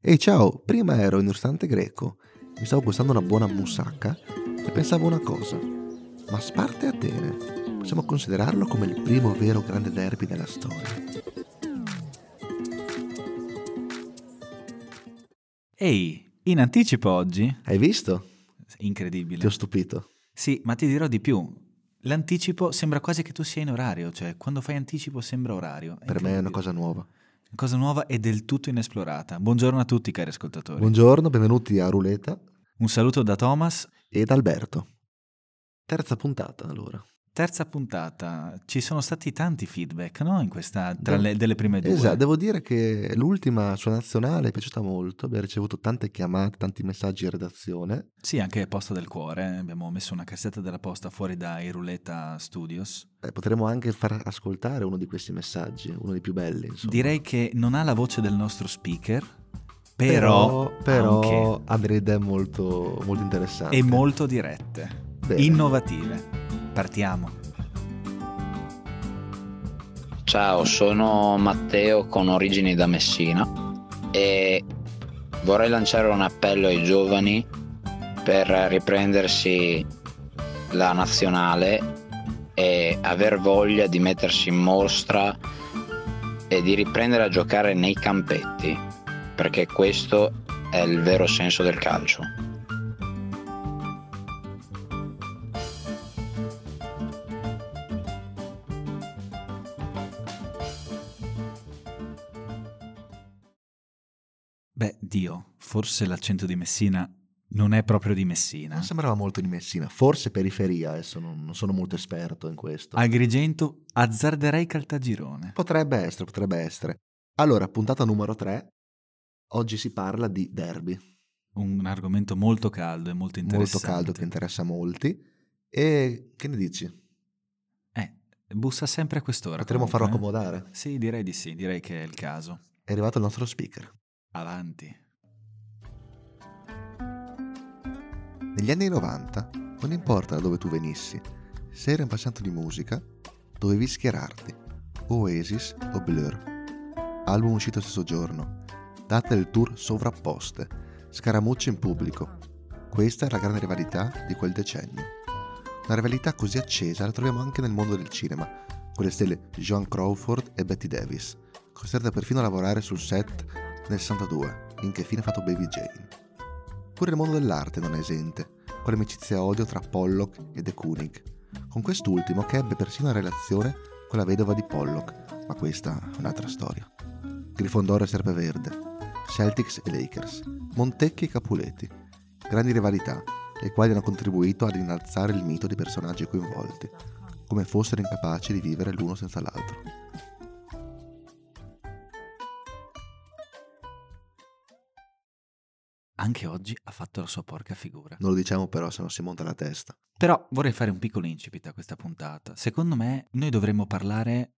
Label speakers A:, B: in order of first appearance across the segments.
A: Ehi ciao, prima ero in un ristorante greco, mi stavo gustando una buona moussaka e pensavo una cosa. Ma Sparta e Atene, possiamo considerarlo come il primo vero grande derby della storia.
B: Ehi, in anticipo oggi?
A: Hai visto? Ti
B: Incredibile.
A: ho stupito.
B: Sì, ma ti dirò di più. L'anticipo sembra quasi che tu sia in orario, cioè quando fai anticipo sembra orario.
A: Per me è una
B: Incredibile.
A: cosa nuova.
B: Una cosa nuova e del tutto inesplorata. Buongiorno a tutti cari ascoltatori.
A: Buongiorno, benvenuti a Ruleta
B: Un saluto da Thomas.
A: ed Alberto. Terza puntata allora.
B: Terza puntata. Ci sono stati tanti feedback, no? In questa, tra le delle prime due.
A: Esatto, devo dire che l'ultima sua nazionale è piaciuta molto, abbiamo ricevuto tante chiamate, tanti messaggi in redazione.
B: Sì, anche Posta del Cuore. Abbiamo messo una cassetta della posta fuori dai Ruleta Studios.
A: Eh, potremmo anche far ascoltare uno di questi messaggi, uno dei più belli. Insomma.
B: Direi che non ha la voce del nostro speaker, però,
A: però,
B: anche-
A: però ha delle idee molto, molto interessanti.
B: e molto dirette,
A: Bene.
B: innovative. Partiamo.
C: Ciao, sono Matteo con origini da Messina e vorrei lanciare un appello ai giovani per riprendersi la nazionale e aver voglia di mettersi in mostra e di riprendere a giocare nei campetti, perché questo è il vero senso del calcio.
B: Beh, Dio, forse l'accento di Messina non è proprio di Messina.
A: Non sembrava molto di Messina, forse periferia, adesso non, non sono molto esperto in questo.
B: Agrigento, azzarderei Caltagirone.
A: Potrebbe essere, potrebbe essere. Allora, puntata numero 3. Oggi si parla di derby,
B: Un argomento molto caldo e
A: molto
B: molto interessante.
A: caldo che interessa molti. E che ne dici?
B: Eh, bussa sempre a quest'ora.
A: Potremmo farlo
B: comunque,
A: accomodare?
B: eh. Sì, direi di sì, direi che è il caso.
A: È arrivato il nostro speaker.
B: Avanti.
A: Negli anni 90, non importa da dove tu venissi, se eri un passante di musica, dovevi schierarti. Oasis o Blur. Album uscito lo stesso giorno. Date del tour sovrapposte. Scaramucce in pubblico. Questa è la grande rivalità di quel decennio. Una rivalità così accesa la troviamo anche nel mondo del cinema, con le stelle Joan Crawford e Betty Davis, costretta perfino a lavorare sul set nel 62, in che fine ha fatto Baby Jane. Pure il mondo dell'arte non è esente, con l'amicizia odio tra Pollock e De Kooning, con quest'ultimo che ebbe persino una relazione con la vedova di Pollock, ma questa è un'altra storia. Grifondoro e Serpeverde, Celtics e Lakers, Montecchi e Capuleti, grandi rivalità, le quali hanno contribuito ad innalzare il mito dei personaggi coinvolti, come fossero incapaci di vivere l'uno senza l'altro.
B: Anche oggi ha fatto la sua porca figura.
A: Non lo diciamo però se non si monta la testa.
B: Però vorrei fare un piccolo incipit a questa puntata. Secondo me noi dovremmo parlare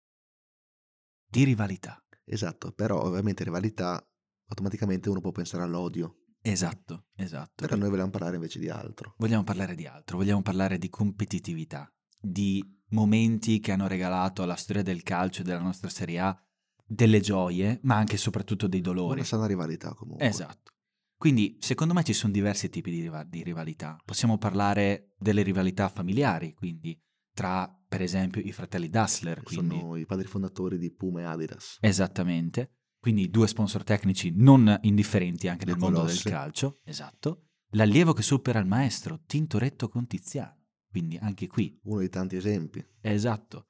B: di rivalità.
A: Esatto, però ovviamente rivalità, automaticamente uno può pensare all'odio,
B: Esatto, esatto.
A: Però noi vogliamo parlare invece di altro.
B: Vogliamo parlare di altro, vogliamo parlare di competitività, di momenti che hanno regalato alla storia del calcio e della nostra Serie A delle gioie, ma anche e soprattutto dei dolori.
A: Una sana rivalità comunque.
B: Esatto. Quindi, secondo me ci sono diversi tipi di, riva- di rivalità. Possiamo parlare delle rivalità familiari, quindi tra, per esempio, i fratelli Dassler, quindi
A: Sono i padri fondatori di Puma e Adidas.
B: Esattamente. Quindi due sponsor tecnici non indifferenti anche
A: Due
B: nel mondo del
A: Ah, colossi.
B: calcio. Esatto. L'allievo che supera il maestro, Tintoretto con Tiziano. Quindi anche qui.
A: Uno dei tanti esempi.
B: Esatto.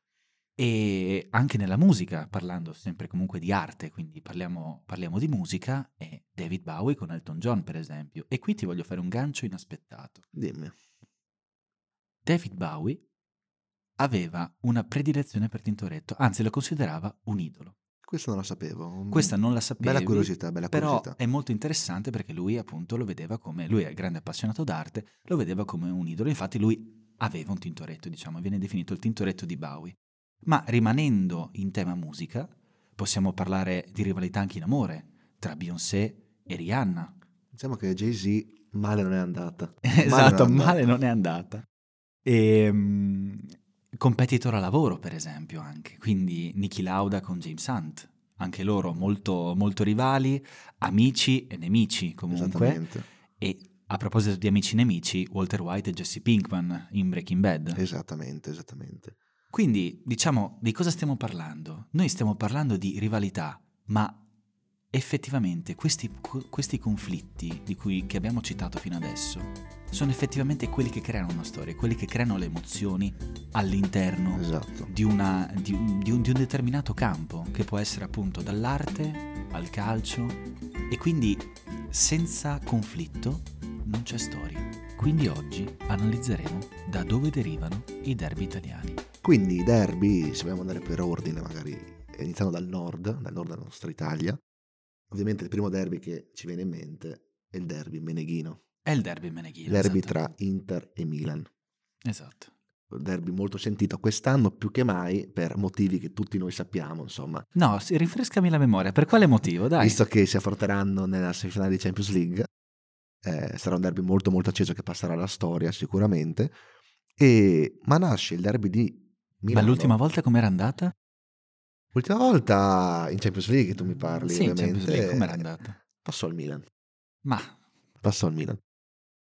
B: E anche nella musica, parlando sempre comunque di arte, quindi parliamo, parliamo di musica, e David Bowie con Elton John, per esempio. E qui ti voglio fare un gancio inaspettato.
A: Dimmi.
B: David Bowie aveva una predilezione per Tintoretto, anzi lo considerava un idolo.
A: Questo non lo sapevo. Mm.
B: Questa non la sapevi.
A: Bella curiosità, bella
B: Però
A: curiosità.
B: è molto interessante perché lui appunto lo vedeva come, lui è un grande appassionato d'arte, lo vedeva come un idolo, infatti lui aveva un tintoretto, diciamo, viene definito il tintoretto di Bowie. Ma rimanendo in tema musica, possiamo parlare di rivalità anche in amore, tra Beyoncé e Rihanna.
A: Diciamo che Jay-Z male non è andata.
B: esatto,
A: non è
B: male non è andata. Ehm, E, mm, competitor a lavoro, per esempio, anche, quindi Niki Lauda con James Hunt. anche loro molto, molto rivali, amici e nemici comunque.
A: Esattamente.
B: E a proposito di amici e nemici, Walter White e Jesse Pinkman in Breaking Bad.
A: Esattamente, esattamente.
B: Quindi, diciamo, di cosa stiamo parlando? Noi stiamo parlando di rivalità, ma effettivamente questi, co- questi conflitti di cui, che abbiamo citato fino adesso sono effettivamente quelli che creano una storia, quelli che creano le emozioni all'interno
A: Esatto.
B: di, una- di un, di un- di un determinato campo, che può essere appunto dall'arte al calcio, e quindi senza conflitto non c'è storia. Quindi oggi analizzeremo da dove derivano i derby italiani.
A: Quindi i derby, se vogliamo andare per ordine, magari eh, iniziando dal nord, dal nord della nostra Italia, ovviamente il primo derby che ci viene in mente è il derby meneghino,
B: È il derby meneghino.
A: il derby
B: esatto.
A: tra Inter e Milan.
B: Esatto.
A: Derby molto sentito quest'anno più che mai per motivi che tutti noi sappiamo, insomma,
B: No, sì, rinfrescami la memoria. Per quale motivo? Dai.
A: visto che si affronteranno nella semifinale di Champions League, eh, sarà un derby molto molto acceso che passerà alla storia sicuramente, E- ma nasce il derby di
B: Ma
A: Milano.
B: l'ultima volta com'era andata?
A: Ultima volta in Champions League tu mi parli,
B: sì, in Champions
A: ovviamente.
B: League, com'era andata?
A: Passò al Milan.
B: Ma
A: Passò al Milan.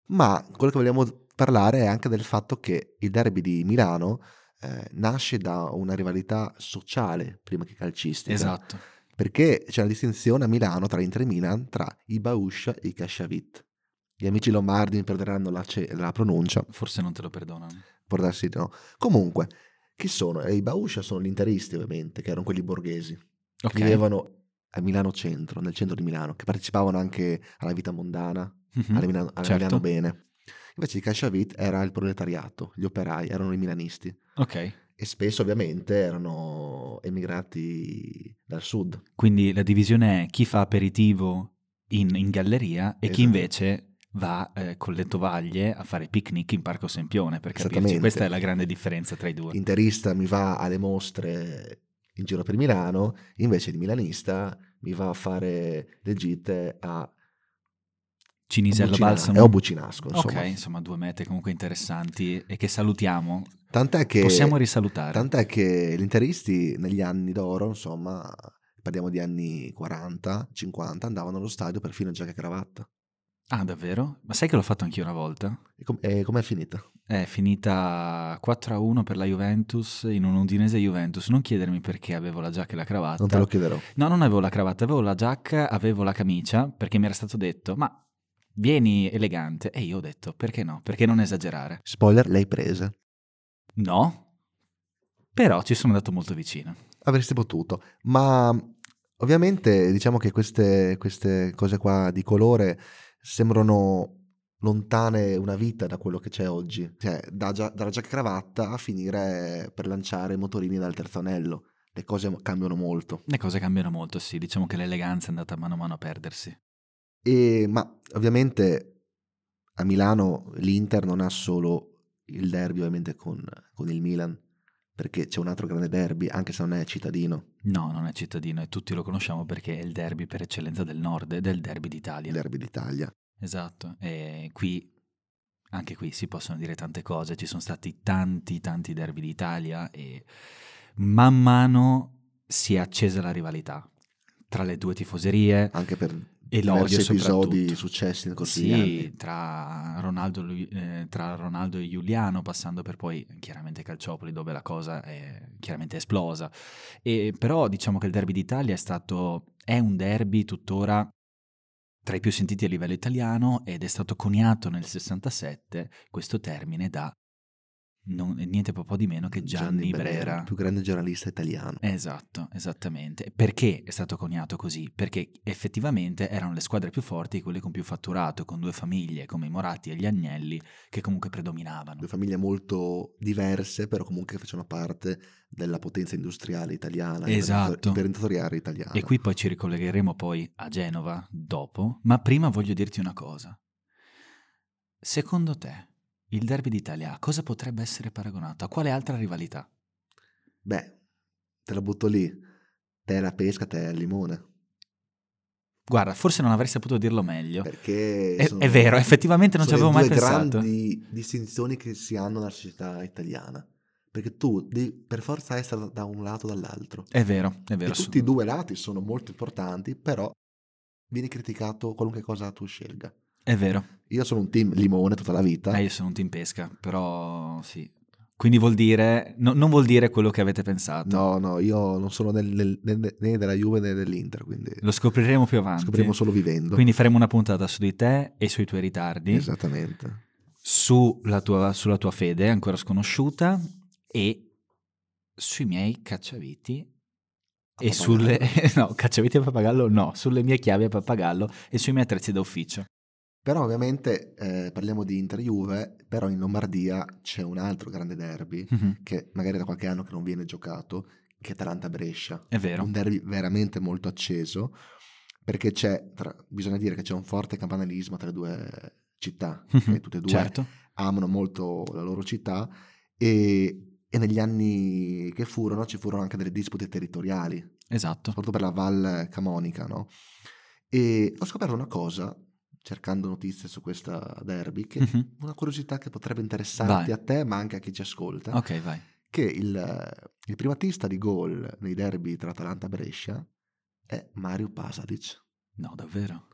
A: Ma quello che vogliamo parlare è anche del fatto che il derby di Milano eh, nasce da una rivalità sociale prima che calcistica.
B: esatto.
A: Perché c'è una distinzione a Milano tra Inter e Milan tra i Bauscia e i Casciavit. Gli amici lombardi mi perderanno la, ce- la pronuncia,
B: Forse non te lo perdonano.
A: può darsi di no. Comunque, chi sono? Eh, I Bauscia sono gli interisti ovviamente, che erano quelli borghesi.
B: Ok.
A: vivevano a Milano Centro, nel centro di Milano, che partecipavano anche alla vita mondana,
B: Mhm.
A: alla, Milano, alla
B: certo.
A: Milano bene. Invece il Casciavit era il proletariato, gli operai, erano i milanisti
B: Ok.
A: e spesso ovviamente erano emigrati dal sud.
B: Quindi la divisione è chi fa aperitivo in, in galleria e chi
A: Esatto.
B: invece va eh, con le tovaglie a fare picnic in Parco Sempione, per capirci.
A: Esattamente.
B: Questa è la grande differenza tra i due.
A: L'interista mi va alle mostre in giro per Milano, invece il milanista mi va a fare le gite a
B: Cinisello
A: Bucina-
B: Balsamo.
A: e a Bucinasco, insomma.
B: ok, insomma, due mete comunque interessanti e che salutiamo.
A: Tant'è che
B: Possiamo risalutare.
A: Tant'è che gli interisti negli anni d'oro, insomma, parliamo di anni 40, 50, andavano allo stadio perfino in giacca e cravatta.
B: Ah, davvero? Ma sai che l'ho fatto anch'io una volta?
A: E, com- e com'è finita?
B: È finita 4-1 per la Juventus in un Udinese Juventus. Non chiedermi perché avevo la giacca e la cravatta.
A: Non te lo chiederò.
B: No, non avevo la cravatta, avevo la giacca, avevo la camicia, perché mi era stato detto, ma vieni elegante. E io ho detto, perché no? Perché non esagerare?
A: Spoiler, lei prese.
B: No. Però ci sono andato molto vicino.
A: Avreste potuto. Ma ovviamente diciamo che queste, queste cose qua di colore sembrano lontane una vita da quello che c'è oggi. Cioè, da gia- dalla giacca e cravatta a finire per lanciare i motorini dal terzo anello. Le cose cambiano molto.
B: Le cose cambiano molto, sì. Diciamo che l'eleganza è andata mano a mano a perdersi.
A: E- ma ovviamente a Milano l'Inter non ha solo il derby ovviamente con, con il Milan, perché c'è un altro grande derby, anche se non è cittadino,
B: No, non è cittadino e tutti lo conosciamo perché è il derby per eccellenza del nord ed è il derby d'Italia.
A: il derby d'Italia.
B: Esatto, e qui anche qui si possono dire tante cose, ci sono stati tanti tanti derby d'Italia e man mano si è accesa la rivalità tra le due tifoserie
A: Anche per
B: e l'odio
A: diversi episodi
B: soprattutto.
A: successi nel corso degli
B: Sì,
A: anni.
B: tra Ronaldo, e Lu- eh, tra Ronaldo e Giuliano, passando per poi chiaramente Calciopoli, dove la cosa è chiaramente esplosa. E, però diciamo che il derby d'Italia è stato, è un derby tuttora tra i più sentiti a livello italiano ed è stato coniato nel 67 questo termine da non- niente po' di meno che Gianni, Brera.
A: il più grande giornalista italiano.
B: Esatto, esattamente. Perché è stato coniato così? Perché effettivamente erano le squadre più forti, quelle con più fatturato, con due famiglie come i Moratti e gli Agnelli, che comunque predominavano.
A: Due famiglie molto diverse, però comunque facevano parte della potenza industriale italiana,
B: Esatto.
A: imprenditoriale italiana.
B: E qui poi ci ricollegheremo poi a Genova dopo, ma prima voglio dirti una cosa. Secondo te, il derby d'Italia a cosa potrebbe essere paragonato? A quale altra rivalità?
A: Beh, te la butto lì. Te la pesca, te il limone.
B: Guarda, forse non avrei saputo dirlo meglio.
A: Perché
B: Esatto. È,
A: sono-
B: è vero, effettivamente non ci
A: sono
B: avevo
A: le
B: mai
A: due
B: pensato.
A: grandi distinzioni che si hanno nella società italiana. Perché tu devi per forza essere da un lato o dall'altro.
B: È vero, è
A: E
B: vero.
A: tutti e due i lati sono molto importanti, però viene criticato qualunque cosa tu scelga.
B: È vero.
A: Io sono un team limone tutta la vita.
B: Eh, io sono un team pesca, però sì. Quindi vuol dire, no- non vuol dire quello che avete pensato.
A: No, no, io non sono nel- nel- né, né della Juve né dell'Inter, quindi
B: Lo scopriremo più avanti.
A: scopriremo solo vivendo.
B: Quindi faremo una puntata su di te e sui tuoi ritardi,
A: Esatto. Esattamente.
B: sulla, tua, sulla tua fede ancora sconosciuta e sui miei cacciaviti
A: A
B: e
A: pappagallo.
B: sulle... no, cacciaviti a pappagallo no, sulle mie chiavi a pappagallo e sui miei attrezzi da ufficio.
A: Però ovviamente eh, parliamo di Inter-Juve, però in Lombardia c'è un altro grande derby
B: Mhm,
A: che magari da qualche anno che non viene giocato, che è Atalanta-Brescia.
B: È vero.
A: Un derby veramente molto acceso, perché c'è, tra- bisogna dire che c'è un forte campanilismo tra le due città, che tutte e due
B: Certo.
A: amano molto la loro città e, e negli anni che furono ci furono anche delle dispute territoriali,
B: Esatto.
A: soprattutto per la Val Camonica, no? E ho scoperto una cosa, cercando notizie su questa derby, che
B: Mhm.
A: una curiosità che potrebbe interessarti
B: Vai.
A: a te, ma anche a chi ci ascolta,
B: Ok, vai.
A: che il, il primatista di gol nei derby tra Atalanta e Brescia è Mario Pasalic
B: No, davvero.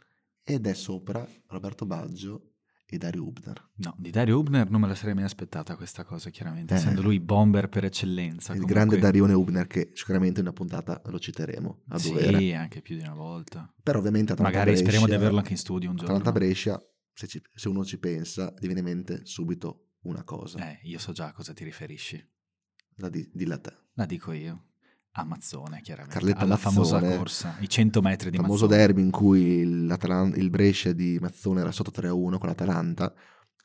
A: ed è sopra Roberto Baggio e Dario Hubner.
B: No, di Dario Hubner non me la sarei mai aspettata questa cosa, chiaramente,
A: Eh.
B: essendo lui bomber per eccellenza.
A: Il
B: comunque-
A: grande Darione Hubner che sicuramente in una puntata lo citeremo a dovere.
B: Sì, anche più di una volta.
A: Però ovviamente Atalanta
B: Magari speriamo di
A: Brescia-
B: averlo anche in studio un giorno.
A: Atalanta Brescia, se, ci- se uno ci pensa, gli viene in mente subito una cosa.
B: Eh, io so già a cosa ti riferisci.
A: La di, dilla te.
B: La dico io. Amazzone, chiaramente.
A: Carletta
B: Alla
A: Mazzone.
B: famosa corsa, i 100 metri di
A: Il famoso
B: Mazzone.
A: derby in cui l'Atalan- il Brescia di Mazzone era sotto 3-1 con l'Atalanta,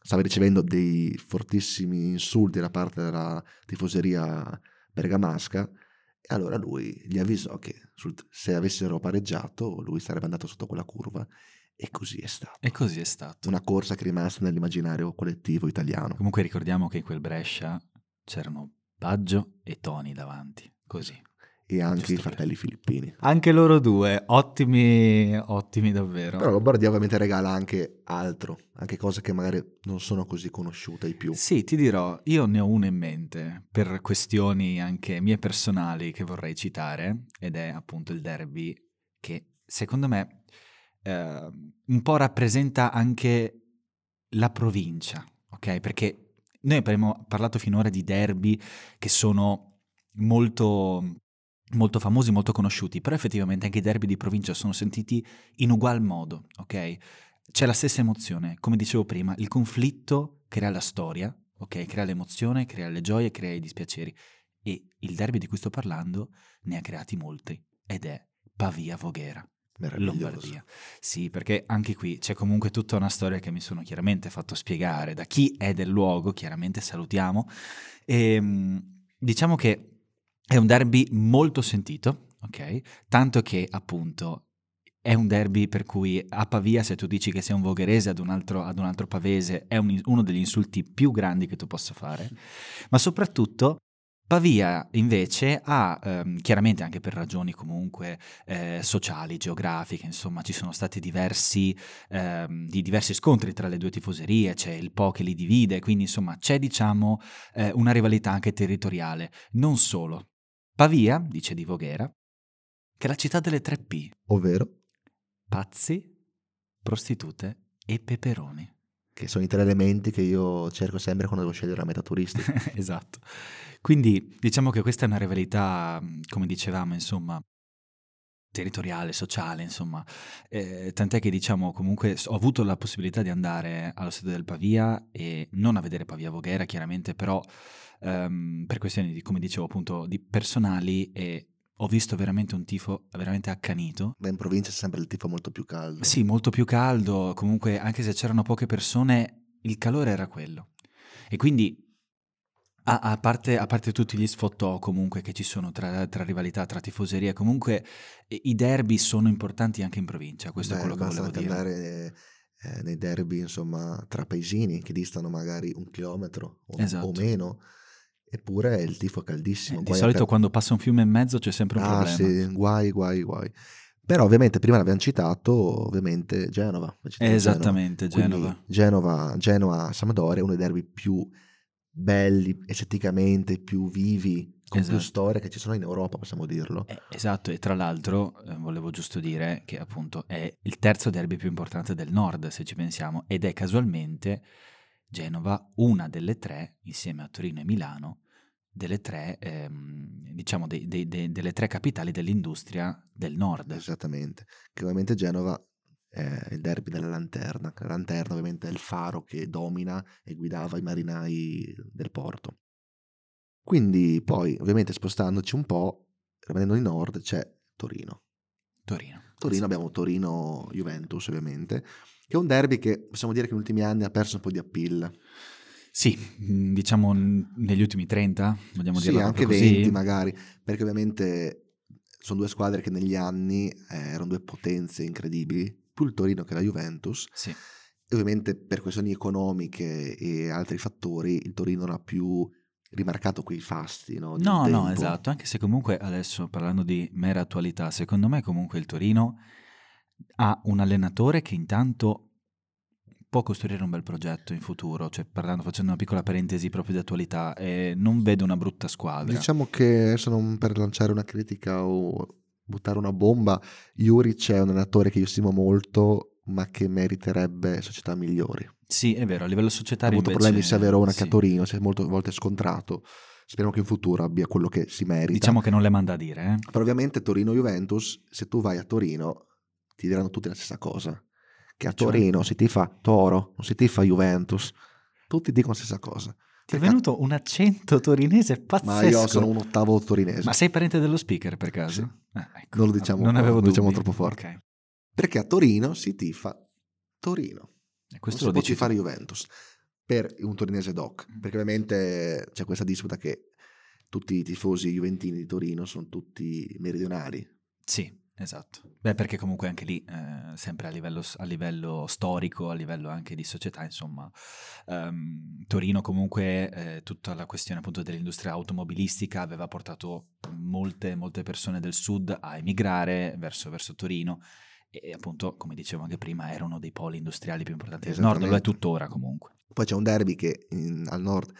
A: stava ricevendo dei fortissimi insulti da parte della tifoseria bergamasca e allora lui gli avvisò che sul- se avessero pareggiato lui sarebbe andato sotto quella curva e così è stato.
B: E così è stato.
A: Una corsa che è rimasta nell'immaginario collettivo italiano.
B: Comunque ricordiamo che in quel Brescia c'erano Baggio e Tony davanti. Così.
A: e anche i
B: Giusto
A: fratelli filippini.
B: Anche loro due, ottimi, ottimi davvero.
A: Però Lombardia ovviamente regala anche altro, anche cose che magari non sono così conosciute ai più.
B: Sì, ti dirò, io ne ho una in mente per questioni anche mie personali che vorrei citare ed è appunto il derby che secondo me eh, un po' rappresenta anche la provincia, ok? Perché noi abbiamo parlato finora di derby che sono molto, molto famosi, molto conosciuti, però effettivamente anche i derby di provincia sono sentiti in ugual modo, ok? C'è la stessa emozione, come dicevo prima, il conflitto crea la storia, ok? Crea l'emozione, crea le gioie, crea i dispiaceri e il derby di cui sto parlando ne ha creati molti ed è Pavia-Voghera.
A: Meraviglioso.
B: Lombardia. Sì, perché anche qui c'è comunque tutta una storia che mi sono chiaramente fatto spiegare da chi è del luogo, chiaramente salutiamo. Ehm, diciamo che è un derby molto sentito, ok? Tanto che appunto è un derby per cui a Pavia se tu dici che sei un vogherese ad un altro, ad un altro pavese è un- uno degli insulti più grandi che tu possa fare, ma soprattutto Pavia invece ha, ehm, chiaramente anche per ragioni comunque eh, sociali, geografiche, insomma ci sono stati diversi, ehm, di diversi scontri tra le due tifoserie, c'è il Po che li divide, quindi insomma c'è diciamo eh, una rivalità anche territoriale, non solo. Pavia, dice di Voghera, che è la città delle tre P,
A: Ovvero
B: pazzi, prostitute e peperoni.
A: che sono i tre elementi che io cerco sempre quando devo scegliere la meta turistica.
B: esatto. Quindi diciamo che questa è una rivalità, mh, come dicevamo, insomma, territoriale, sociale, insomma. Eh, tant'è che diciamo comunque s- ho avuto la possibilità di andare allo stadio del Pavia e non a vedere Pavia Voghera, chiaramente, però ehm, per questioni di, come dicevo appunto, di personali e ho visto veramente un tifo veramente accanito
A: Beh, in provincia è sempre il tifo molto più caldo.
B: sì, molto più caldo, comunque anche se c'erano poche persone, il calore era quello. E quindi, a, a parte, a parte tutti gli sfottò comunque che ci sono tra, tra rivalità, tra tifoserie, comunque eh, i derby sono importanti anche in provincia, questo
A: Beh,
B: è quello che
A: basta
B: volevo
A: anche
B: dire.
A: andare eh, nei derby, insomma, tra paesini che distano magari un chilometro o,
B: Esatto.
A: o meno, eppure il tifo è
B: Eh,
A: caldissimo.
B: di
A: Guai a
B: solito
A: per-
B: quando passa un fiume e mezzo c'è sempre un
A: Ah,
B: problema.
A: sì, guai, guai, guai. Però ovviamente prima l'abbiamo citato, ovviamente Genova. la città di Genova.
B: Esattamente,
A: Quindi
B: Genova.
A: Genova, Genoa Sampdoria è uno dei derby più belli esteticamente, più vivi, con
B: Esatto.
A: più storia che ci sono in Europa, possiamo dirlo.
B: Eh, esatto, e tra l'altro eh, volevo giusto dire che appunto è il terzo derby più importante del nord, se ci pensiamo, ed è casualmente Genova una delle tre, insieme a Torino e Milano, delle tre, ehm, diciamo, dei- dei- dei- delle tre capitali dell'industria del nord.
A: Esatto. Esattamente. Che ovviamente Genova è il derby della lanterna. che La lanterna ovviamente è il faro che domina e guidava i marinai del porto. Quindi poi, ovviamente spostandoci un po', rimanendo in nord, c'è Torino.
B: Torino.
A: Torino
B: Esatto.
A: abbiamo Torino-Juventus ovviamente, che è un derby che possiamo dire che negli ultimi anni ha perso un po' di appeal.
B: Sì, mh, diciamo mh, negli ultimi 30, vogliamo
A: sì,
B: dirlo
A: anche
B: proprio così.
A: 20 magari, perché ovviamente sono due squadre che negli anni eh, erano due potenze incredibili, più il Torino che la Juventus.
B: Sì.
A: E ovviamente per questioni economiche e altri fattori il Torino non ha più rimarcato quei fasti. No, di
B: No,
A: un
B: no,
A: tempo.
B: esatto, anche se comunque adesso parlando di mera attualità, secondo me comunque il Torino ha un allenatore che intanto può costruire un bel progetto in futuro, cioè parlando, facendo una piccola parentesi proprio di attualità, eh, non vedo una brutta squadra.
A: Diciamo che adesso non per lanciare una critica o buttare una bomba, Juric è un allenatore che io stimo molto, ma che meriterebbe società migliori. Ha
B: Sì, è vero, a livello societario...
A: avuto
B: invece-
A: problemi sia a Verona che a
B: sì.
A: Torino, si è molte volte scontrato. Speriamo che in futuro abbia quello che si merita.
B: Diciamo che non le manda a dire, eh.
A: Però ovviamente Torino-Juventus, se tu vai a Torino, ti diranno tutti la stessa cosa. Che a
B: Cioè?
A: Torino si tifa Toro, non si tifa Juventus. Tutti dicono la stessa cosa.
B: Ti è
A: Perché-
B: venuto un accento torinese pazzesco.
A: Ma io sono un ottavo torinese.
B: Ma sei parente dello speaker per caso? Ah, ecco.
A: Non lo diciamo-
B: non avevo
A: non lo diciamo
B: dubbi.
A: troppo forte.
B: Ok.
A: Perché a Torino si tifa Torino.
B: E
A: non
B: questo
A: si
B: lo
A: può
B: dici tu. Mm.
A: tifare Juventus per un torinese doc. Perché ovviamente c'è questa disputa che tutti i tifosi juventini di Torino sono tutti meridionali.
B: Sì, esatto. Beh, perché comunque anche lì, eh, sempre a livello, a livello storico, a livello anche di società, insomma, ehm, Torino comunque eh, tutta la questione appunto dell'industria automobilistica aveva portato molte, molte persone del sud a emigrare verso, verso Torino e appunto, come dicevo anche prima, era uno dei poli industriali più importanti del nord, lo è
A: Esattamente.
B: tuttora comunque.
A: Poi c'è un derby che in- al nord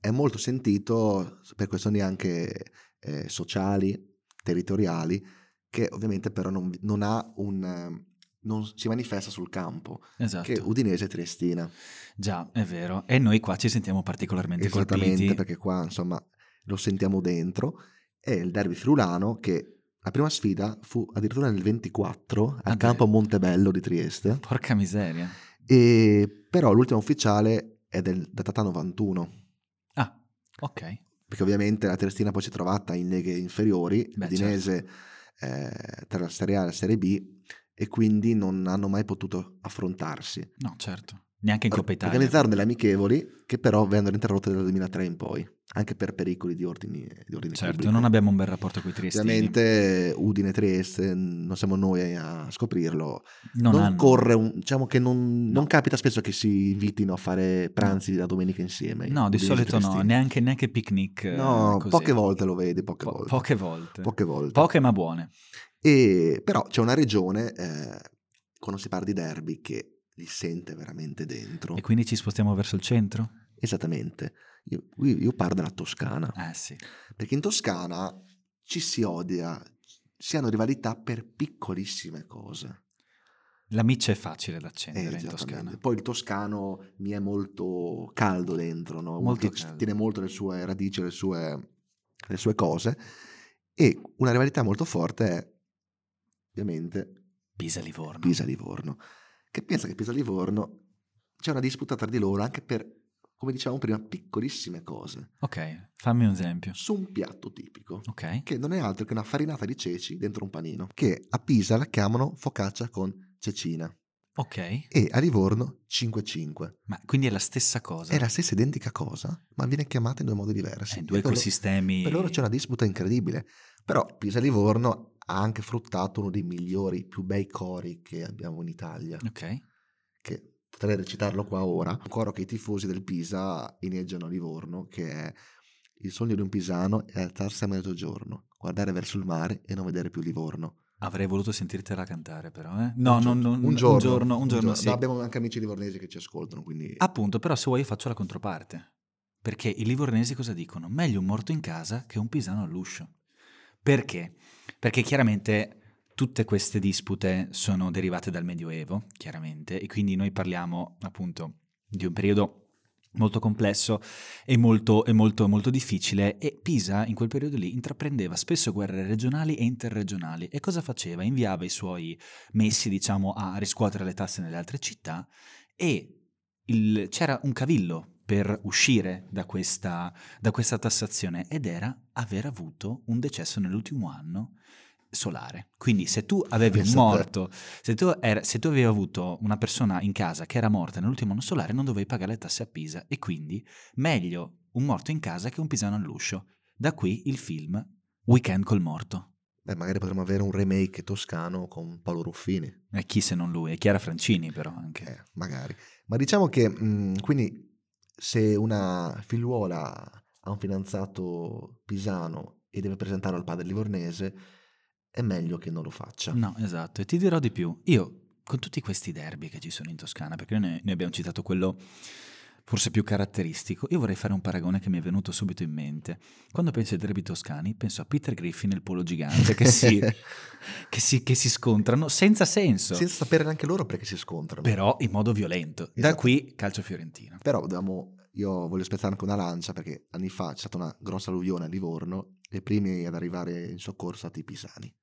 A: è molto sentito per questioni anche eh, sociali, territoriali, che ovviamente però non, non ha un... eh, non si manifesta sul campo,
B: Esatto.
A: che è Udinese e Triestina.
B: Già, è vero. E noi qua ci sentiamo particolarmente
A: Esattamente,
B: colpiti.
A: perché qua insomma lo sentiamo dentro. È il derby friulano che la prima sfida fu addirittura nel 24
B: Ah,
A: al campo
B: beh.
A: Montebello di Trieste,
B: Porca miseria.
A: e, però l'ultima ufficiale è del, datata 91.
B: Ah, ok.
A: perché ovviamente la Triestina poi si è trovata in leghe inferiori,
B: Beh, certo.
A: l'Udinese eh, tra la Serie A e la Serie B e quindi non hanno mai potuto affrontarsi.
B: No, certo. Neanche in Coppa Italia.
A: Organizzarono delle amichevoli che però vennero interrotte dal 2003 in poi, anche per pericoli di ordini di ordine
B: Certo,
A: pubblico.
B: non abbiamo un bel rapporto con i triestini.
A: Ovviamente Udine Trieste, non siamo noi a scoprirlo,
B: non,
A: non,
B: hanno-
A: corre, un- diciamo che non, non
B: No.
A: capita spesso che si invitino a fare pranzi la domenica insieme.
B: No, di
A: Udinese
B: solito no,
A: Triestina.
B: neanche, neanche picnic. eh,
A: No,
B: così.
A: poche volte lo vedi, poche
B: Po-
A: volte.
B: poche volte.
A: Poche volte.
B: Poche ma buone.
A: E- però c'è una regione, eh, quando si parla di derby, che li sente veramente dentro.
B: E quindi ci spostiamo verso il centro?
A: Esattamente. Io, io- io parlo della Toscana,
B: Eh sì.
A: perché in Toscana ci si odia, si hanno rivalità per piccolissime cose.
B: La miccia è facile da
A: Eh,
B: accendere in
A: esattamente.
B: Toscana.
A: Poi il toscano mi è molto caldo dentro, no? Uno
B: Molto
A: che
B: caldo.
A: tiene molto le sue radici, le sue, le sue cose. E una rivalità molto forte è, ovviamente,
B: Pisa-Livorno.
A: Pisa-Livorno, che pensa che Pisa-Livorno c'è una disputa tra di loro anche per, come dicevamo prima, piccolissime cose,
B: Ok, fammi un esempio.
A: su un piatto tipico,
B: Ok.
A: che non è altro che una farinata di ceci dentro un panino, che a Pisa la chiamano focaccia con cecina
B: Ok.
A: e a Livorno 5-5.
B: Ma quindi è la stessa cosa.
A: È la stessa identica cosa, ma viene chiamata in due modi diversi.
B: Esatto. Eh, due
A: E per lo-
B: ecosistemi.
A: Per loro c'è una disputa incredibile, però Pisa-Livorno ha anche fruttato uno dei migliori, più bei cori che abbiamo in Italia.
B: Ok.
A: che potrei recitarlo qua ora, un coro che i tifosi del Pisa ineggiano a Livorno, che è il sogno di un pisano è alzarsi a mezzogiorno, guardare verso il mare e non vedere più Livorno.
B: Avrei voluto sentirtela cantare però, eh.
A: Un
B: No, no,
A: giorno-
B: no,
A: un giorno,
B: un giorno, un giorno
A: No,
B: sì. Ah.
A: abbiamo anche amici livornesi che ci ascoltano, quindi
B: Appunto, però se vuoi io faccio la controparte. Perché i livornesi cosa dicono? Meglio un morto in casa che un pisano all'uscio. Perché? Perché chiaramente tutte queste dispute sono derivate dal Medioevo, chiaramente, e quindi noi parliamo appunto di un periodo molto complesso e molto, e molto, molto difficile e Pisa in quel periodo lì intraprendeva spesso guerre regionali e interregionali e cosa faceva? Inviava i suoi messi diciamo a riscuotere le tasse nelle altre città e il- c'era un cavillo per uscire da questa, da questa tassazione ed era aver avuto un decesso nell'ultimo anno solare. Quindi se tu avevi un
A: Pensa a te.
B: morto, se tu, era- se tu avevi avuto una persona in casa che era morta nell'ultimo anno solare non dovevi pagare le tasse a Pisa e quindi meglio un morto in casa che un pisano all'uscio. Da qui il film Weekend col morto.
A: Beh, magari potremmo avere un remake toscano con Paolo Ruffini.
B: E chi se non lui? E Chiara Francini però anche.
A: Eh, magari. Ma diciamo che mm, quindi se una figliuola ha un fidanzato pisano e deve presentarlo al padre livornese, è meglio che non lo faccia.
B: No, esatto, e ti dirò di più. Io, con tutti questi derby che ci sono in Toscana, perché noi, noi abbiamo citato quello forse più caratteristico, io vorrei fare un paragone che mi è venuto subito in mente. Quando penso ai derby toscani, penso a Peter Griffin e il polo gigante che si, che si- che si scontrano senza senso,
A: Senza sapere neanche loro perché si scontrano.
B: però in modo violento. Da
A: Esatto.
B: qui calcio fiorentino.
A: Però dobbiamo- io voglio spezzare anche una lancia perché anni fa c'è stata una grossa alluvione a Livorno e i primi ad arrivare in soccorso sono stati i pisani.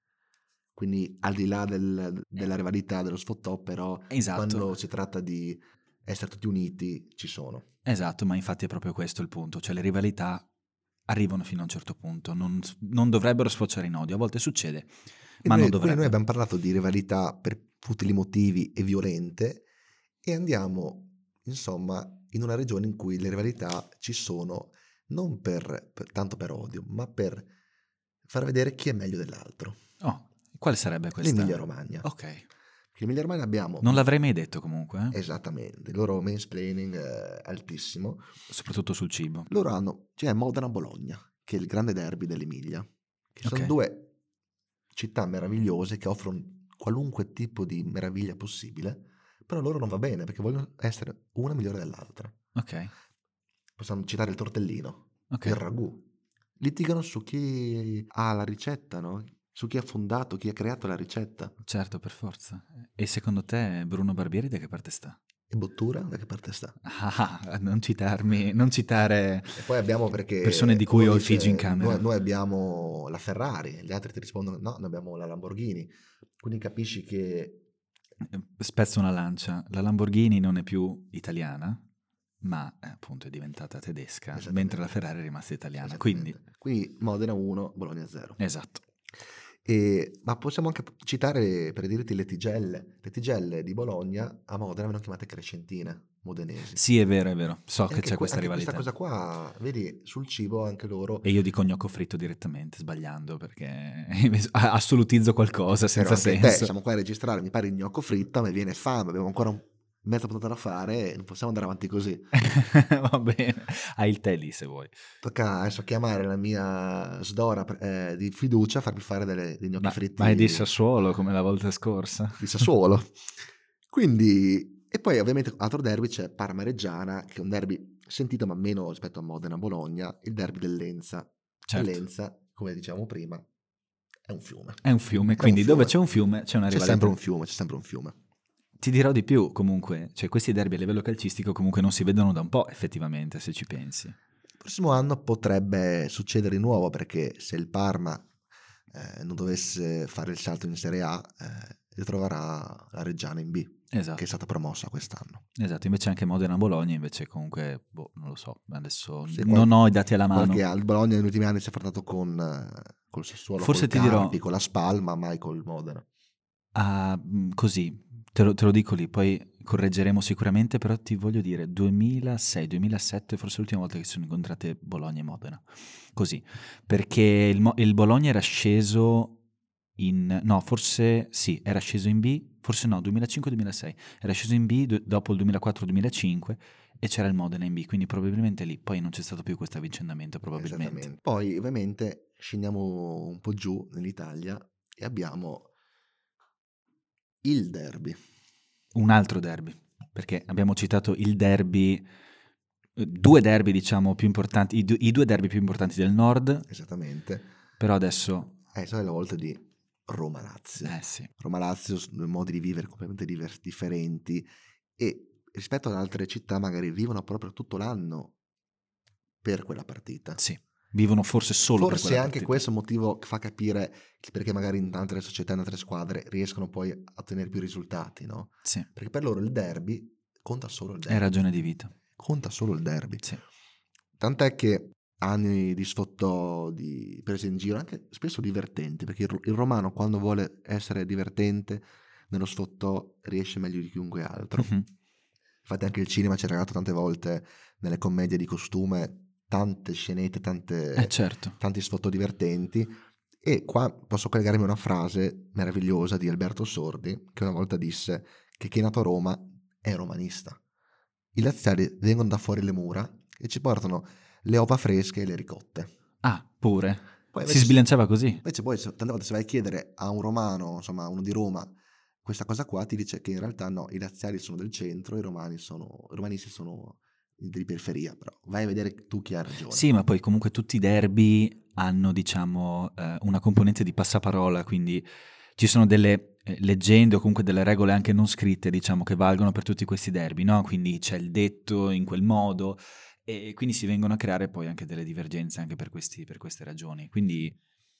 A: Quindi al di là del- della rivalità, dello sfottò, però
B: Esatto.
A: quando si tratta di essere tutti uniti ci sono.
B: Esatto, ma infatti è proprio questo il punto, cioè le rivalità arrivano fino a un certo punto, non, non dovrebbero sfociare in odio, a volte succede, ma
A: Quindi
B: non
A: noi- quindi
B: dovrebbero.
A: noi abbiamo parlato di rivalità per futili motivi e violente e andiamo, insomma, in una regione in cui le rivalità ci sono non per, per- tanto per odio, ma per far vedere chi è meglio dell'altro.
B: Oh, quale sarebbe questa?
A: L'Emilia Romagna.
B: Ok,
A: L'Emilia Romagna abbiamo...
B: non l'avrei mai detto comunque, eh?
A: Esattamente, il loro mansplaining è altissimo.
B: soprattutto sul cibo.
A: Loro hanno, c'è Modena-Bologna, che è il grande derby dell'Emilia. Che
B: Ok.
A: Sono due città meravigliose che offrono qualunque tipo di meraviglia possibile, però a loro non va bene perché vogliono essere una migliore dell'altra.
B: Ok,
A: Possiamo citare il tortellino,
B: ok.
A: il ragù. Litigano su chi ha la ricetta, no? Su chi ha fondato, chi ha creato la ricetta.
B: Certo, per forza. E secondo te Bruno Barbieri da che parte sta?
A: E Bottura da che parte sta?
B: Ah, non citarmi, non citare...
A: E poi abbiamo perché...
B: Persone di cui
A: uno
B: ho i
A: dice,
B: figi in camera.
A: Noi, noi abbiamo la Ferrari, gli altri ti rispondono no, noi abbiamo la Lamborghini. Quindi capisci che
B: Eh, Spezzo una lancia, la Lamborghini non è più italiana, ma eh, appunto è diventata tedesca,
A: Esattamente.
B: mentre la Ferrari è rimasta italiana, quindi...
A: Esattamente. Qui Modena 1, Bologna 0.
B: Esatto.
A: E- ma possiamo anche citare, per dirti, le tigelle. Le tigelle di Bologna a Modena vengono chiamate crescentine, modenesi.
B: Sì, è vero, è vero. So che
A: Anche
B: c'è
A: que-
B: questa
A: anche
B: rivalità.
A: Questa cosa qua, vedi, sul cibo anche loro...
B: E io dico gnocco fritto direttamente, sbagliando, perché assolutizzo qualcosa
A: Però
B: senza
A: anche te,
B: senso.
A: siamo qua a registrare, mi pare il gnocco fritta, mi viene fame, abbiamo ancora un- mezza puntata da fare e non possiamo andare avanti così.
B: Va bene, hai il tè lì se vuoi.
A: Tocca adesso chiamare la mia sdora eh, di fiducia, farmi fare delle, dei gnocchi
B: Ma,
A: fritti.
B: ma è di Sassuolo come la volta scorsa.
A: di Sassuolo. Quindi, e poi ovviamente altro derby c'è Parma-Reggiana, che è un derby sentito ma meno rispetto a Modena-Bologna, il derby del Lenza.
B: Certo,
A: Il Lenza, come dicevamo prima, è un fiume.
B: è un fiume, quindi
A: fiume.
B: dove c'è un fiume c'è una
A: C'è
B: rivalità.
A: sempre un fiume, c'è sempre un fiume.
B: Ti dirò di più comunque, cioè questi derby a livello calcistico comunque non si vedono da un po' effettivamente se ci pensi.
A: Il prossimo anno potrebbe succedere di nuovo perché se il Parma eh, non dovesse fare il salto in Serie A, eh, ritroverà la Reggiana in B, che
B: Esatto,
A: è stata promossa quest'anno.
B: esatto. invece anche Modena-Bologna invece comunque, boh, non lo so, adesso
A: Sì,
B: non
A: qual-
B: ho i dati alla mano.
A: Perché al Bologna negli ultimi anni si è affrontato con eh, col Sassuolo,
B: Forse
A: col
B: ti dirò-
A: Carpi, con la Spalma, mai col Modena.
B: Ah, mh, così, te lo, te lo dico lì, poi correggeremo sicuramente, però ti voglio dire, 2006-2007 forse l'ultima volta che si sono incontrate Bologna e Modena, così, perché il, Mo- il Bologna era sceso in, no, forse sì, era sceso in B, forse no, 2005-2006, era sceso in B do- dopo il 2004-2005 e c'era il Modena in B, quindi probabilmente lì, poi non c'è stato più questo avvicendamento, probabilmente.
A: Esattamente. Poi ovviamente scendiamo un po' giù nell'Italia e abbiamo il derby.
B: un altro derby, perché abbiamo citato il derby eh, due derby, diciamo, più importanti, i, du- i due derby più importanti del nord,
A: Esattamente.
B: però adesso...
A: Eh, so è la volta di Roma-Lazio.
B: Eh sì.
A: Roma-Lazio, s- modi di vivere completamente diver- differenti e rispetto ad altre città magari vivono proprio tutto l'anno per quella partita.
B: Sì, vivono forse solo per
A: Forse
B: quella
A: anche
B: partita.
A: questo è un motivo che fa capire che- perché magari in altre società, in altre squadre riescono poi a ottenere più risultati, no?
B: Sì,
A: Perché per loro il derby conta solo il derby.
B: è ragione di vita.
A: Conta solo il derby.
B: Sì.
A: Tant'è che anni di sfottò, di prese in giro, anche spesso divertenti, perché il, ro- il romano quando vuole essere divertente nello sfottò riesce meglio di chiunque altro.
B: Mhm.
A: Infatti anche il cinema ci ha regalato tante volte nelle commedie di costume tante scenette, tante,
B: Eh certo.
A: tanti sfottò divertenti. E qua posso collegarmi a una frase meravigliosa di Alberto Sordi, che una volta disse che chi è nato a Roma è romanista. I laziali vengono da fuori le mura e ci portano le ova fresche e le ricotte.
B: Ah, pure.
A: Poi
B: Si sbilanciava così.
A: Invece poi se- tante volte se vai a chiedere a un romano, insomma a uno di Roma, questa cosa qua, ti dice che in realtà no, i laziali sono del centro, i romani sono, i romanisti sono di periferia, però vai a vedere tu chi ha ragione.
B: Sì, ma poi comunque tutti i derby hanno, diciamo, eh, una componente di passaparola, quindi ci sono delle eh, leggende o comunque delle regole anche non scritte, diciamo, che valgono per tutti questi derby, no? Quindi c'è il detto in quel modo e quindi si vengono a creare poi anche delle divergenze anche per, questi- per queste ragioni. Quindi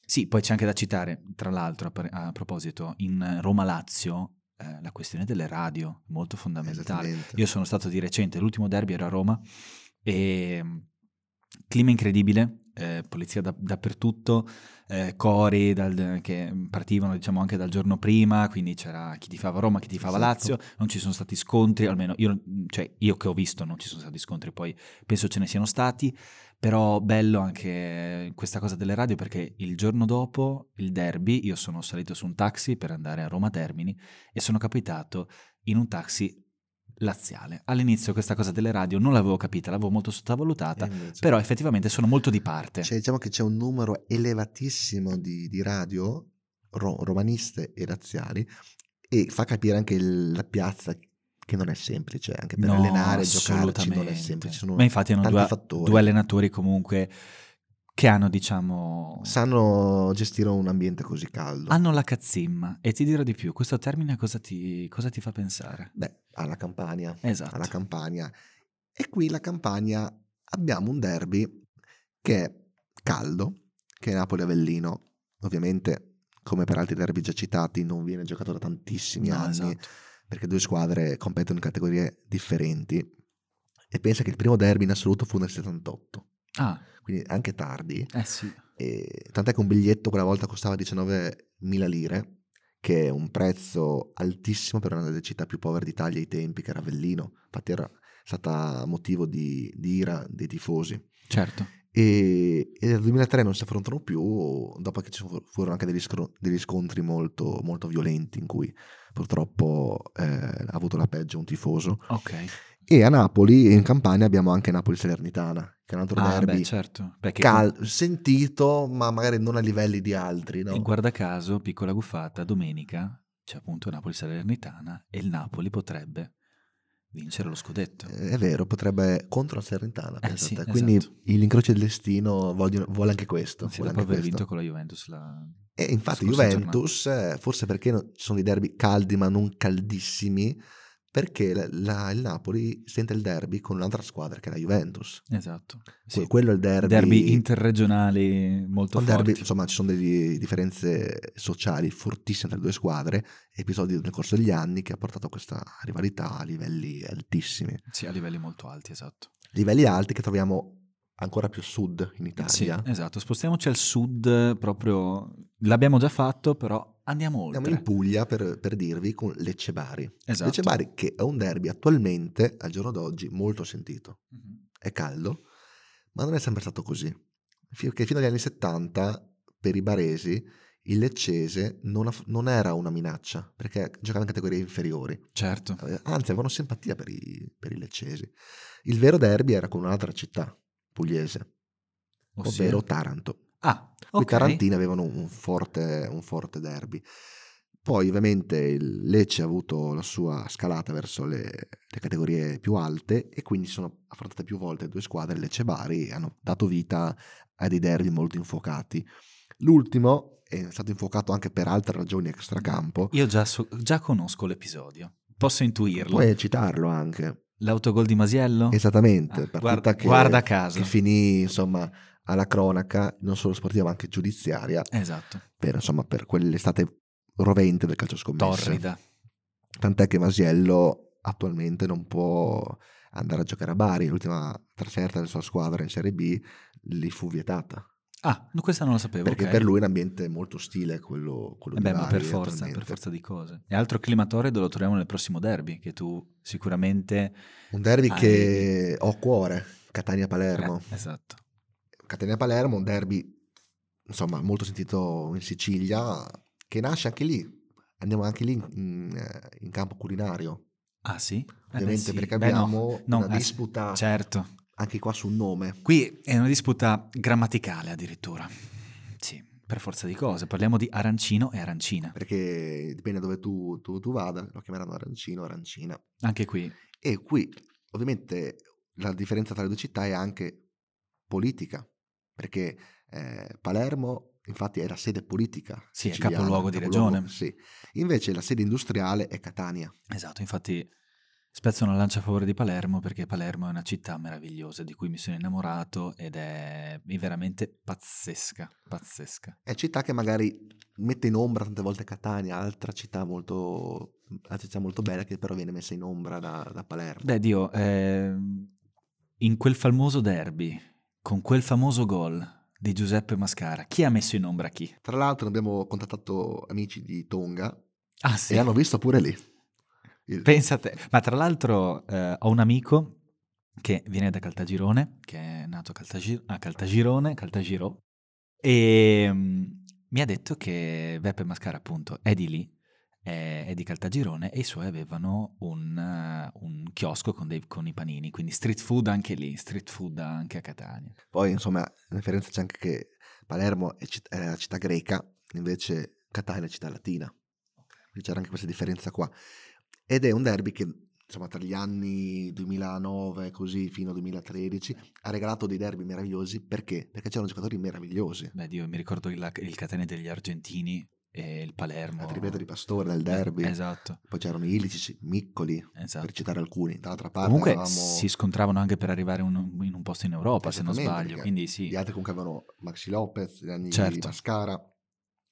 B: sì, poi c'è anche da citare, tra l'altro, a, par- a proposito, in Roma-Lazio eh, la questione delle radio, molto fondamentale.
A: Esattamente.
B: Io sono stato di recente, l'ultimo derby era a Roma e mm, clima incredibile, eh, polizia da- dappertutto, eh, cori dal- che partivano diciamo anche dal giorno prima, quindi c'era chi tifava Roma, chi tifava
A: Esatto.
B: Lazio, non ci sono stati scontri, almeno io, cioè, io che ho visto non ci sono stati scontri, poi penso ce ne siano stati, però bello anche questa cosa delle radio perché il giorno dopo il derby io sono salito su un taxi per andare a Roma Termini e sono capitato in un taxi laziale. All'inizio questa cosa delle radio non l'avevo capita, l'avevo molto
A: E
B: sottovalutata,
A: invece-
B: però effettivamente sono molto di parte.
A: Eh, Cioè, diciamo che c'è un numero elevatissimo di, di radio ro- romaniste e razziali e fa capire anche il- la piazza che non è semplice, anche per
B: No,
A: allenare e giocarci non è
B: assolutamente.
A: semplice. Sono-
B: Ma infatti hanno
A: tanti
B: due,
A: fattori.
B: due allenatori comunque che hanno, diciamo,
A: sanno gestire un ambiente così caldo.
B: hanno la cazzimma. E ti dirò di più, questo termine a cosa ti, cosa ti fa pensare?
A: Beh, alla Campania.
B: Esatto.
A: alla Campania. E qui la Campania abbiamo un derby che è caldo, che è Napoli-Avellino. Ovviamente, come per altri derby già citati, non viene giocato da tantissimi
B: No,
A: anni,
B: esatto.
A: perché due squadre competono in categorie differenti. E pensa che il primo derby in assoluto fu nel 78,
B: Ah,
A: quindi anche tardi.
B: eh sì.
A: E tant'è che un biglietto quella volta costava 19.000 lire, che è un prezzo altissimo per una delle città più povere d'Italia ai tempi, che era Avellino. Infatti era stata motivo di, di ira dei tifosi.
B: Certo.
A: E, e dal 2003 non si affrontano più, dopo che ci fu- furono anche degli, scro- degli scontri molto, molto violenti in cui purtroppo eh, ha avuto la peggio un tifoso.
B: Ok.
A: E a Napoli, in Campania, abbiamo anche Napoli-Salernitana, che è un altro
B: Ah,
A: derby
B: beh, certo. Perché
A: cal- sentito, ma magari non a livelli di altri, no?
B: E guarda caso, piccola guffata, domenica c'è appunto Napoli-Salernitana e il Napoli potrebbe vincere lo scudetto.
A: Eh, È vero, potrebbe contro la Salernitana, pensate.
B: sì,
A: Quindi
B: esatto.
A: l'incrocio del destino voglio- vuole anche questo.
B: Sì,
A: vuole
B: dopo
A: anche
B: aver
A: questo.
B: vinto con la Juventus la...
A: E infatti
B: scorsa
A: Juventus, eh, forse perché no- ci sono dei derby caldi ma non caldissimi, perché la- la- il Napoli sente il derby con un'altra squadra che è la Juventus.
B: Esatto. Sì.
A: Que- Quello è il derby...
B: Derby interregionali molto
A: un
B: forti.
A: derby, insomma, ci sono delle differenze sociali fortissime tra le due squadre, episodi nel corso degli anni che ha portato a questa rivalità a livelli altissimi.
B: Sì, a livelli molto alti, esatto.
A: livelli alti che troviamo ancora più a sud in
B: Sì,
A: Italia.
B: esatto. Spostiamoci al sud, proprio... L'abbiamo già fatto, però andiamo oltre.
A: Andiamo in Puglia per, per dirvi con Lecce Bari.
B: Esatto.
A: Lecce Bari che è un derby attualmente, al giorno d'oggi, molto sentito.
B: Mhm.
A: È caldo, ma non è sempre stato così. Perché fino agli anni 70, per i baresi, il leccese non, aff- non era una minaccia, perché giocava in categorie inferiori.
B: Certo.
A: Eh, Anzi, avevano simpatia per i, per i leccesi. Il vero derby era con un'altra città pugliese,
B: Ossia-
A: ovvero Taranto.
B: Ah,
A: I
B: Oh, ok.
A: tarantini avevano un forte, un forte derby. Poi ovviamente il Lecce ha avuto la sua scalata verso le, le categorie più alte e quindi sono affrontate più volte due squadre, Lecce e Bari, hanno dato vita a dei derby molto infuocati. L'ultimo è stato infuocato anche per altre ragioni extracampo.
B: Io già, so- già conosco l'episodio, posso intuirlo.
A: Puoi citarlo anche.
B: L'autogol di Masiello?
A: Esattamente,
B: Ah,
A: partita
B: guarda,
A: che,
B: guarda caso.
A: che finì insomma alla cronaca, non solo sportiva ma anche giudiziaria,
B: Esatto,
A: per, insomma, per quell'estate rovente del calcio scommesse.
B: torrida.
A: Tant'è che Masiello attualmente non può andare a giocare a Bari, l'ultima trasferta della sua squadra in Serie B gli fu vietata,
B: Ah, no, questa non la sapevo.
A: perché
B: ok.
A: per lui è un ambiente molto ostile quello, quello
B: Eh
A: di
B: beh, ma
A: Bari
B: per forza,
A: attualmente.
B: per forza di cose. E altro clima torrido lo troviamo nel prossimo derby, che tu sicuramente...
A: Un derby
B: Ah,
A: che ho a cuore, Catania-Palermo.
B: Eh, esatto.
A: Catania-Palermo, un derby insomma molto sentito in Sicilia, che nasce anche lì. Andiamo anche lì in, eh, in campo culinario,
B: Ah sì? Eh, beh,
A: ovviamente,
B: sì.
A: perché
B: Beh, no,
A: abbiamo
B: non-
A: una
B: eh,
A: disputa
B: Certo.
A: anche qua sul nome.
B: Qui è una disputa grammaticale addirittura. Sì, per forza di cose. Parliamo di arancino e arancina.
A: Perché dipende da dove tu, tu- tu vada, lo chiameranno arancino o arancina.
B: Anche qui.
A: E qui, ovviamente, la differenza tra le due città è anche politica, perché eh, Palermo, infatti, è la sede politica.
B: Sì, è
A: siciliana,
B: capoluogo di regione.
A: Sì. Invece la sede industriale è Catania.
B: Esatto, infatti spezzo una lancia a favore di Palermo perché Palermo è una città meravigliosa di cui mi sono innamorato ed è veramente pazzesca, pazzesca.
A: È città che magari mette in ombra tante volte Catania, altra città molto, altra città molto bella che però viene messa in ombra da, da Palermo.
B: Beh, Dio, ehm, in quel famoso derby, con quel famoso gol di Giuseppe Mascara, chi ha messo in ombra chi?
A: Tra l'altro abbiamo contattato amici di Tonga
B: Ah sì,
A: e l'hanno visto pure lì. Il-
B: pensa te. Ma tra l'altro eh, ho un amico che viene da Caltagirone, che è nato a, Caltagi- a Caltagirone, Caltagirò, e mm, mi ha detto che Beppe Mascara appunto è di lì, è, è di Caltagirone e i suoi avevano un, eh, un chiosco con, dei- con i panini, quindi street food anche lì, street food anche a Catania.
A: Poi insomma la differenza c'è anche che Palermo è, citt- è la città greca, invece Catania è la città latina. Quindi c'era anche questa differenza qua. Ed è un derby che insomma tra gli anni 2009 così fino al 2013 ha regalato dei derby meravigliosi perché? Perché c'erano giocatori meravigliosi.
B: Beh, Dio, mi ricordo il, il Catania degli Argentini e il Palermo.
A: La tripletta di Pastore nel derby,
B: Esatto,
A: poi c'erano Illici, Miccoli,
B: esatto.
A: per citare alcuni. Dall'altra parte
B: Comunque
A: avevamo
B: si scontrano anche per arrivare un- in un posto in Europa, se non
A: Esattamente,
B: sbaglio.
A: perché
B: Quindi sì,
A: gli altri comunque avevano Maxi Lopez, gli anni
B: Certo.
A: di Mascara,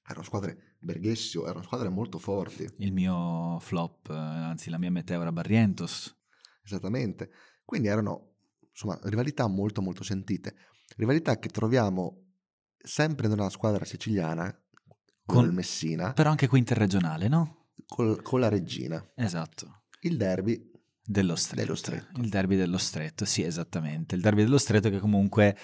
A: erano squadre Berghessio, erano squadre molto forti,
B: il mio flop, eh, anzi la mia meteora Barrientos.
A: esattamente. Quindi erano insomma rivalità molto molto sentite, rivalità che troviamo sempre nella squadra siciliana con,
B: Con-
A: il Messina,
B: Però anche qui interregionale, no?
A: col- con la Regina.
B: Esatto.
A: Il derby
B: Dello stretto.
A: Dello Stretto.
B: Il derby dello stretto, sì, esattamente. Il derby dello stretto che comunque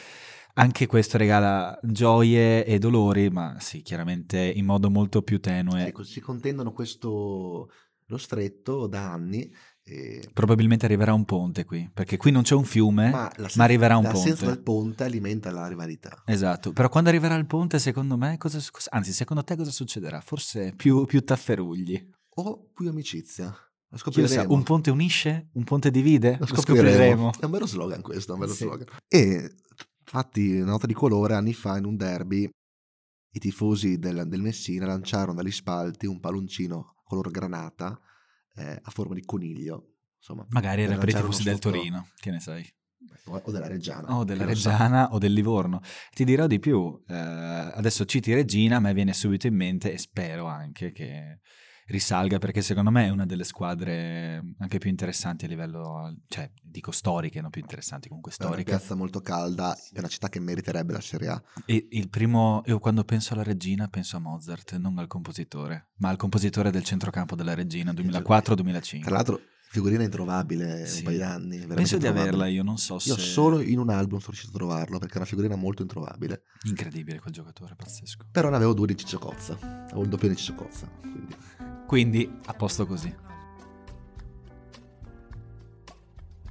B: anche questo regala gioie e dolori, ma sì, chiaramente in modo molto più tenue.
A: Ecco, si contendono questo lo stretto da anni. eh, e-
B: Probabilmente arriverà un ponte qui, perché qui non c'è un fiume, Eh, ma,
A: la
B: arriverà un
A: l'assenza
B: ponte.
A: del ponte alimenta la rivalità.
B: Esatto, però quando arriverà il ponte, secondo me, cosa, cosa- anzi, secondo te cosa succederà? Forse più, più tafferugli.
A: O più amicizia. Lo
B: Chi lo sa,
A: scopriremo.
B: un ponte unisce? Un ponte divide?
A: Lo
B: Lo scopriremo.
A: È un vero slogan questo, è un vero
B: Sì.
A: slogan. E infatti, una nota di colore, anni fa in un derby, i tifosi del, del Messina lanciarono dagli spalti un palloncino color granata eh, a forma di coniglio. Insomma,
B: Magari era
A: per
B: per i
A: lanciare uno
B: tifosi del
A: sfotto-
B: Torino, che ne sai?
A: O, o della Reggiana.
B: O Oh, della
A: chi lo sa.
B: Reggiana o del Livorno. Ti dirò di più, eh, adesso citi Regina, a me viene subito in mente e spero anche che risalga perché secondo me è una delle squadre anche più interessanti a livello, cioè dico storiche, non più interessanti comunque
A: È una
B: storiche.
A: piazza molto calda, è una città che meriterebbe la Serie A.
B: E il primo, io quando penso alla regina penso a Mozart, non al compositore, ma al compositore del centrocampo della regina
A: Tra
B: 2004-2005.
A: l'altro, figurina introvabile
B: Sì.
A: un paio d'anni. veramente
B: Penso di
A: introvabile.
B: averla, io non so se...
A: Io solo in un album sono riuscito a trovarlo perché è una figurina molto introvabile.
B: Incredibile quel giocatore, pazzesco.
A: Però ne avevo due di Ciccio Cozza. Avevo il doppio di Ciccio Cozza. Quindi.
B: Quindi, a posto così.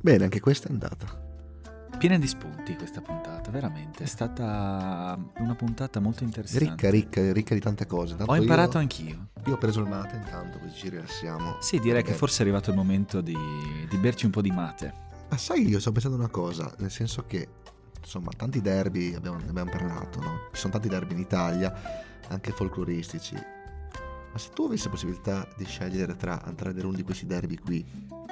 A: Bene, anche questa è andata.
B: Piena di spunti questa puntata, veramente. È stata una puntata molto interessante.
A: Ricca, ricca, ricca di tante cose. Tanto
B: Ho
A: io,
B: imparato anch'io.
A: io ho preso il mate intanto, così ci rilassiamo.
B: Sì, direi
A: Perché-
B: che forse è arrivato il momento di, di berci un po' di mate.
A: Ma sai, io sto pensando una cosa, nel senso che, insomma, tanti derby, abbiamo, ne abbiamo parlato, no? Ci sono tanti derby in Italia, anche folcloristici. Ma se tu avessi la possibilità di scegliere tra andare ad uno di questi derby qui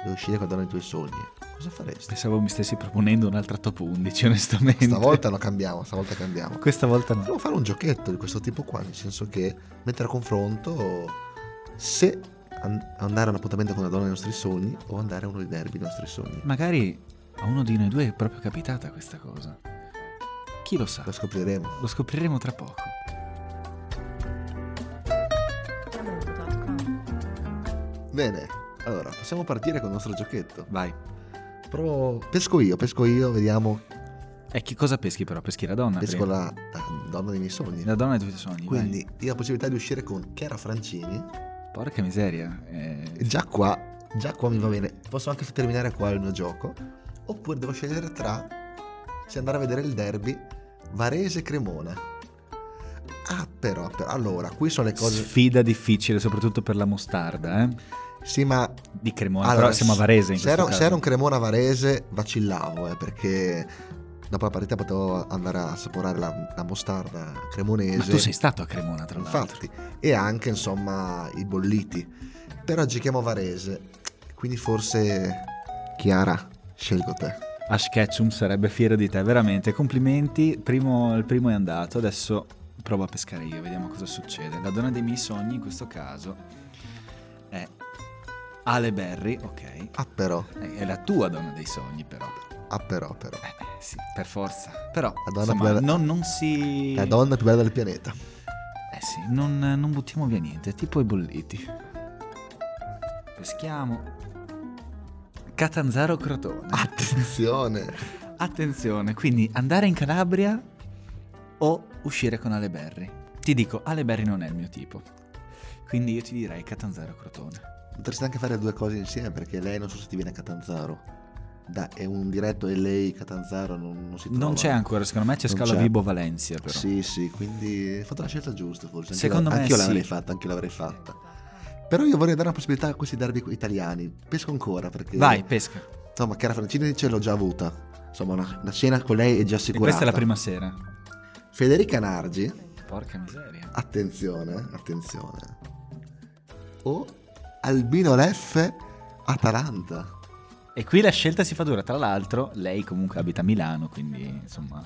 A: e uscire con la donna dei tuoi sogni, cosa faresti?
B: Pensavo mi stessi proponendo un'altra top 11, onestamente.
A: Stavolta non cambiamo, stavolta cambiamo.
B: Questa volta no.
A: Devo fare un giochetto di questo tipo qua, nel senso che mettere a confronto se an- andare a un appuntamento con una donna dei nostri sogni o andare a uno dei derby dei nostri sogni.
B: Magari a uno di noi due è proprio capitata questa cosa. Chi lo sa?
A: Lo scopriremo.
B: Lo scopriremo tra poco.
A: Bene, allora possiamo partire con il nostro giochetto.
B: Vai.
A: Provo. Pesco io, pesco io, vediamo.
B: E che cosa peschi però? Peschi la donna?
A: Pesco
B: prima.
A: la, la donna dei miei sogni.
B: La donna e i tuoi sogni. vai.
A: Quindi io ho la possibilità di uscire con Chiara Francini.
B: Porca miseria. eh,
A: E Già qua, già qua mi va bene. Posso anche terminare qua il mio gioco. Oppure devo scegliere tra se andare a vedere il derby Varese-Cremona. Ah, però, però, allora, qui sono le cose.
B: Sfida difficile, soprattutto per la mostarda, eh?
A: Sì, ma
B: Di Cremona,
A: Allora,
B: però siamo a Varese in
A: se era,
B: questo caso.
A: se era un Cremona Varese vacillavo eh, perché dopo la partita potevo andare a assaporare la, la mostarda cremonese.
B: Ma tu sei stato a Cremona, tra l'altro.
A: Infatti, e anche insomma i bolliti. Però giochiamo a Varese, quindi forse Chiara, scelgo te.
B: Ash Ketchum sarebbe fiero di te, veramente. Complimenti, primo- il primo è andato, adesso provo a pescare io, vediamo cosa succede. La donna dei miei sogni in questo caso è Ale Berry, ok. Eh,
A: Ah però,
B: È è la tua donna dei sogni però.
A: ah però, però.
B: Eh, eh, sì, per forza. Però,
A: La donna
B: insomma,
A: più bella-
B: non, non si...
A: La donna più bella del pianeta.
B: Eh sì, non, non buttiamo via niente, tipo i bolliti. Peschiamo. Catanzaro Crotone.
A: Ah, Attenzione!
B: Attenzione, quindi andare in Calabria o uscire con Ale Berry. Ti dico, Ale Berry non è il mio tipo. Quindi io ti direi Catanzaro Crotone.
A: Potresti anche fare due cose insieme perché lei non so se ti viene a Catanzaro. Da, è un diretto e lei Catanzaro non, non si trova.
B: Non c'è ancora, secondo me c'è
A: Non
B: Scala
A: c'è.
B: Vibo Valencia però.
A: Sì, sì, quindi hai fatto la scelta giusta forse. Anch'io
B: Secondo
A: la-
B: me
A: anch'io
B: sì.
A: l'avrei fatta, anch'io l'avrei fatta. Però io vorrei dare una possibilità a questi derby italiani. Pesco ancora perché...
B: Vai, pesca. E
A: Insomma, Chiara Francini ce l'ho già avuta. Insomma, una, una scena con lei è già assicurata.
B: questa è la prima sera.
A: Federica Nargi,
B: Porca miseria.
A: attenzione, attenzione. O Albino Leffe, Atalanta.
B: E qui la scelta si fa dura, tra l'altro lei comunque abita a Milano, quindi insomma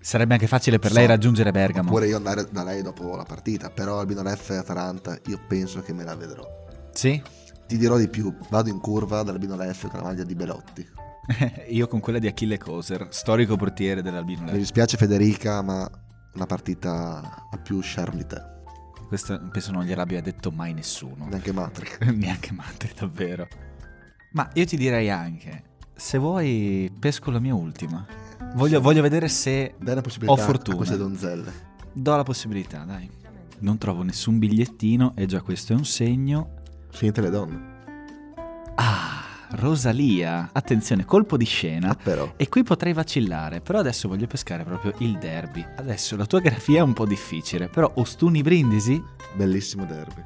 B: sarebbe anche facile per
A: So.
B: lei raggiungere Bergamo.
A: Oppure io andare da lei dopo la partita. Però Albino Leffe, Atalanta, io penso che me la vedrò.
B: Sì?
A: Ti dirò di più, vado in curva dall'Albino Leffe con la maglia di Belotti.
B: Io con quella di Achille Coser, storico portiere dell'Albino
A: Mi
B: Leffe.
A: dispiace Federica, ma una partita ha più charm di te.
B: Questo penso non gliel'abbia detto mai nessuno.
A: Neanche Matri.
B: Neanche madre, davvero. Ma io ti direi anche, se vuoi pesco la mia ultima. Voglio, voglio vedere se
A: Dai la possibilità
B: Ho fortuna.
A: a queste donzelle.
B: do la possibilità, dai. Non trovo nessun bigliettino e già questo è un segno.
A: Finite le donne.
B: Ah, Rosalia. Attenzione, colpo di
A: Ah,
B: scena.
A: però.
B: E qui potrei vacillare, però adesso voglio pescare proprio il derby. Adesso la tua grafia è un po' difficile, però Ostuni Brindisi
A: Bellissimo derby.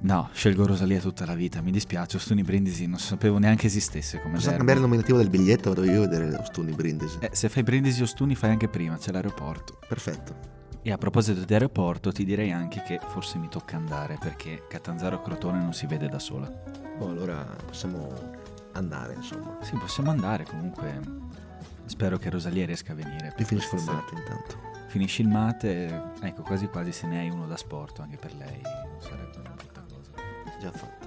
B: No, scelgo Rosalia tutta la vita, mi dispiace, Ostuni Brindisi non sapevo neanche esistesse come
A: Possiamo
B: derby.
A: cambiare il nominativo del biglietto? Vado io a vedere Ostuni Brindisi.
B: Eh, se fai Brindisi o Ostuni fai anche prima, c'è l'aeroporto.
A: Perfetto.
B: E a proposito di aeroporto ti direi anche che forse mi tocca andare perché Catanzaro Crotone non si vede da sola.
A: Boh, allora possiamo andare, insomma.
B: Sì, possiamo andare comunque. Spero che Rosalia riesca a venire.
A: Io finisco il
B: Sì.
A: mate intanto.
B: Finisci il mate, ecco quasi quasi se ne hai uno da sport anche per lei, non sarebbe una brutta cosa.
A: Già fatto.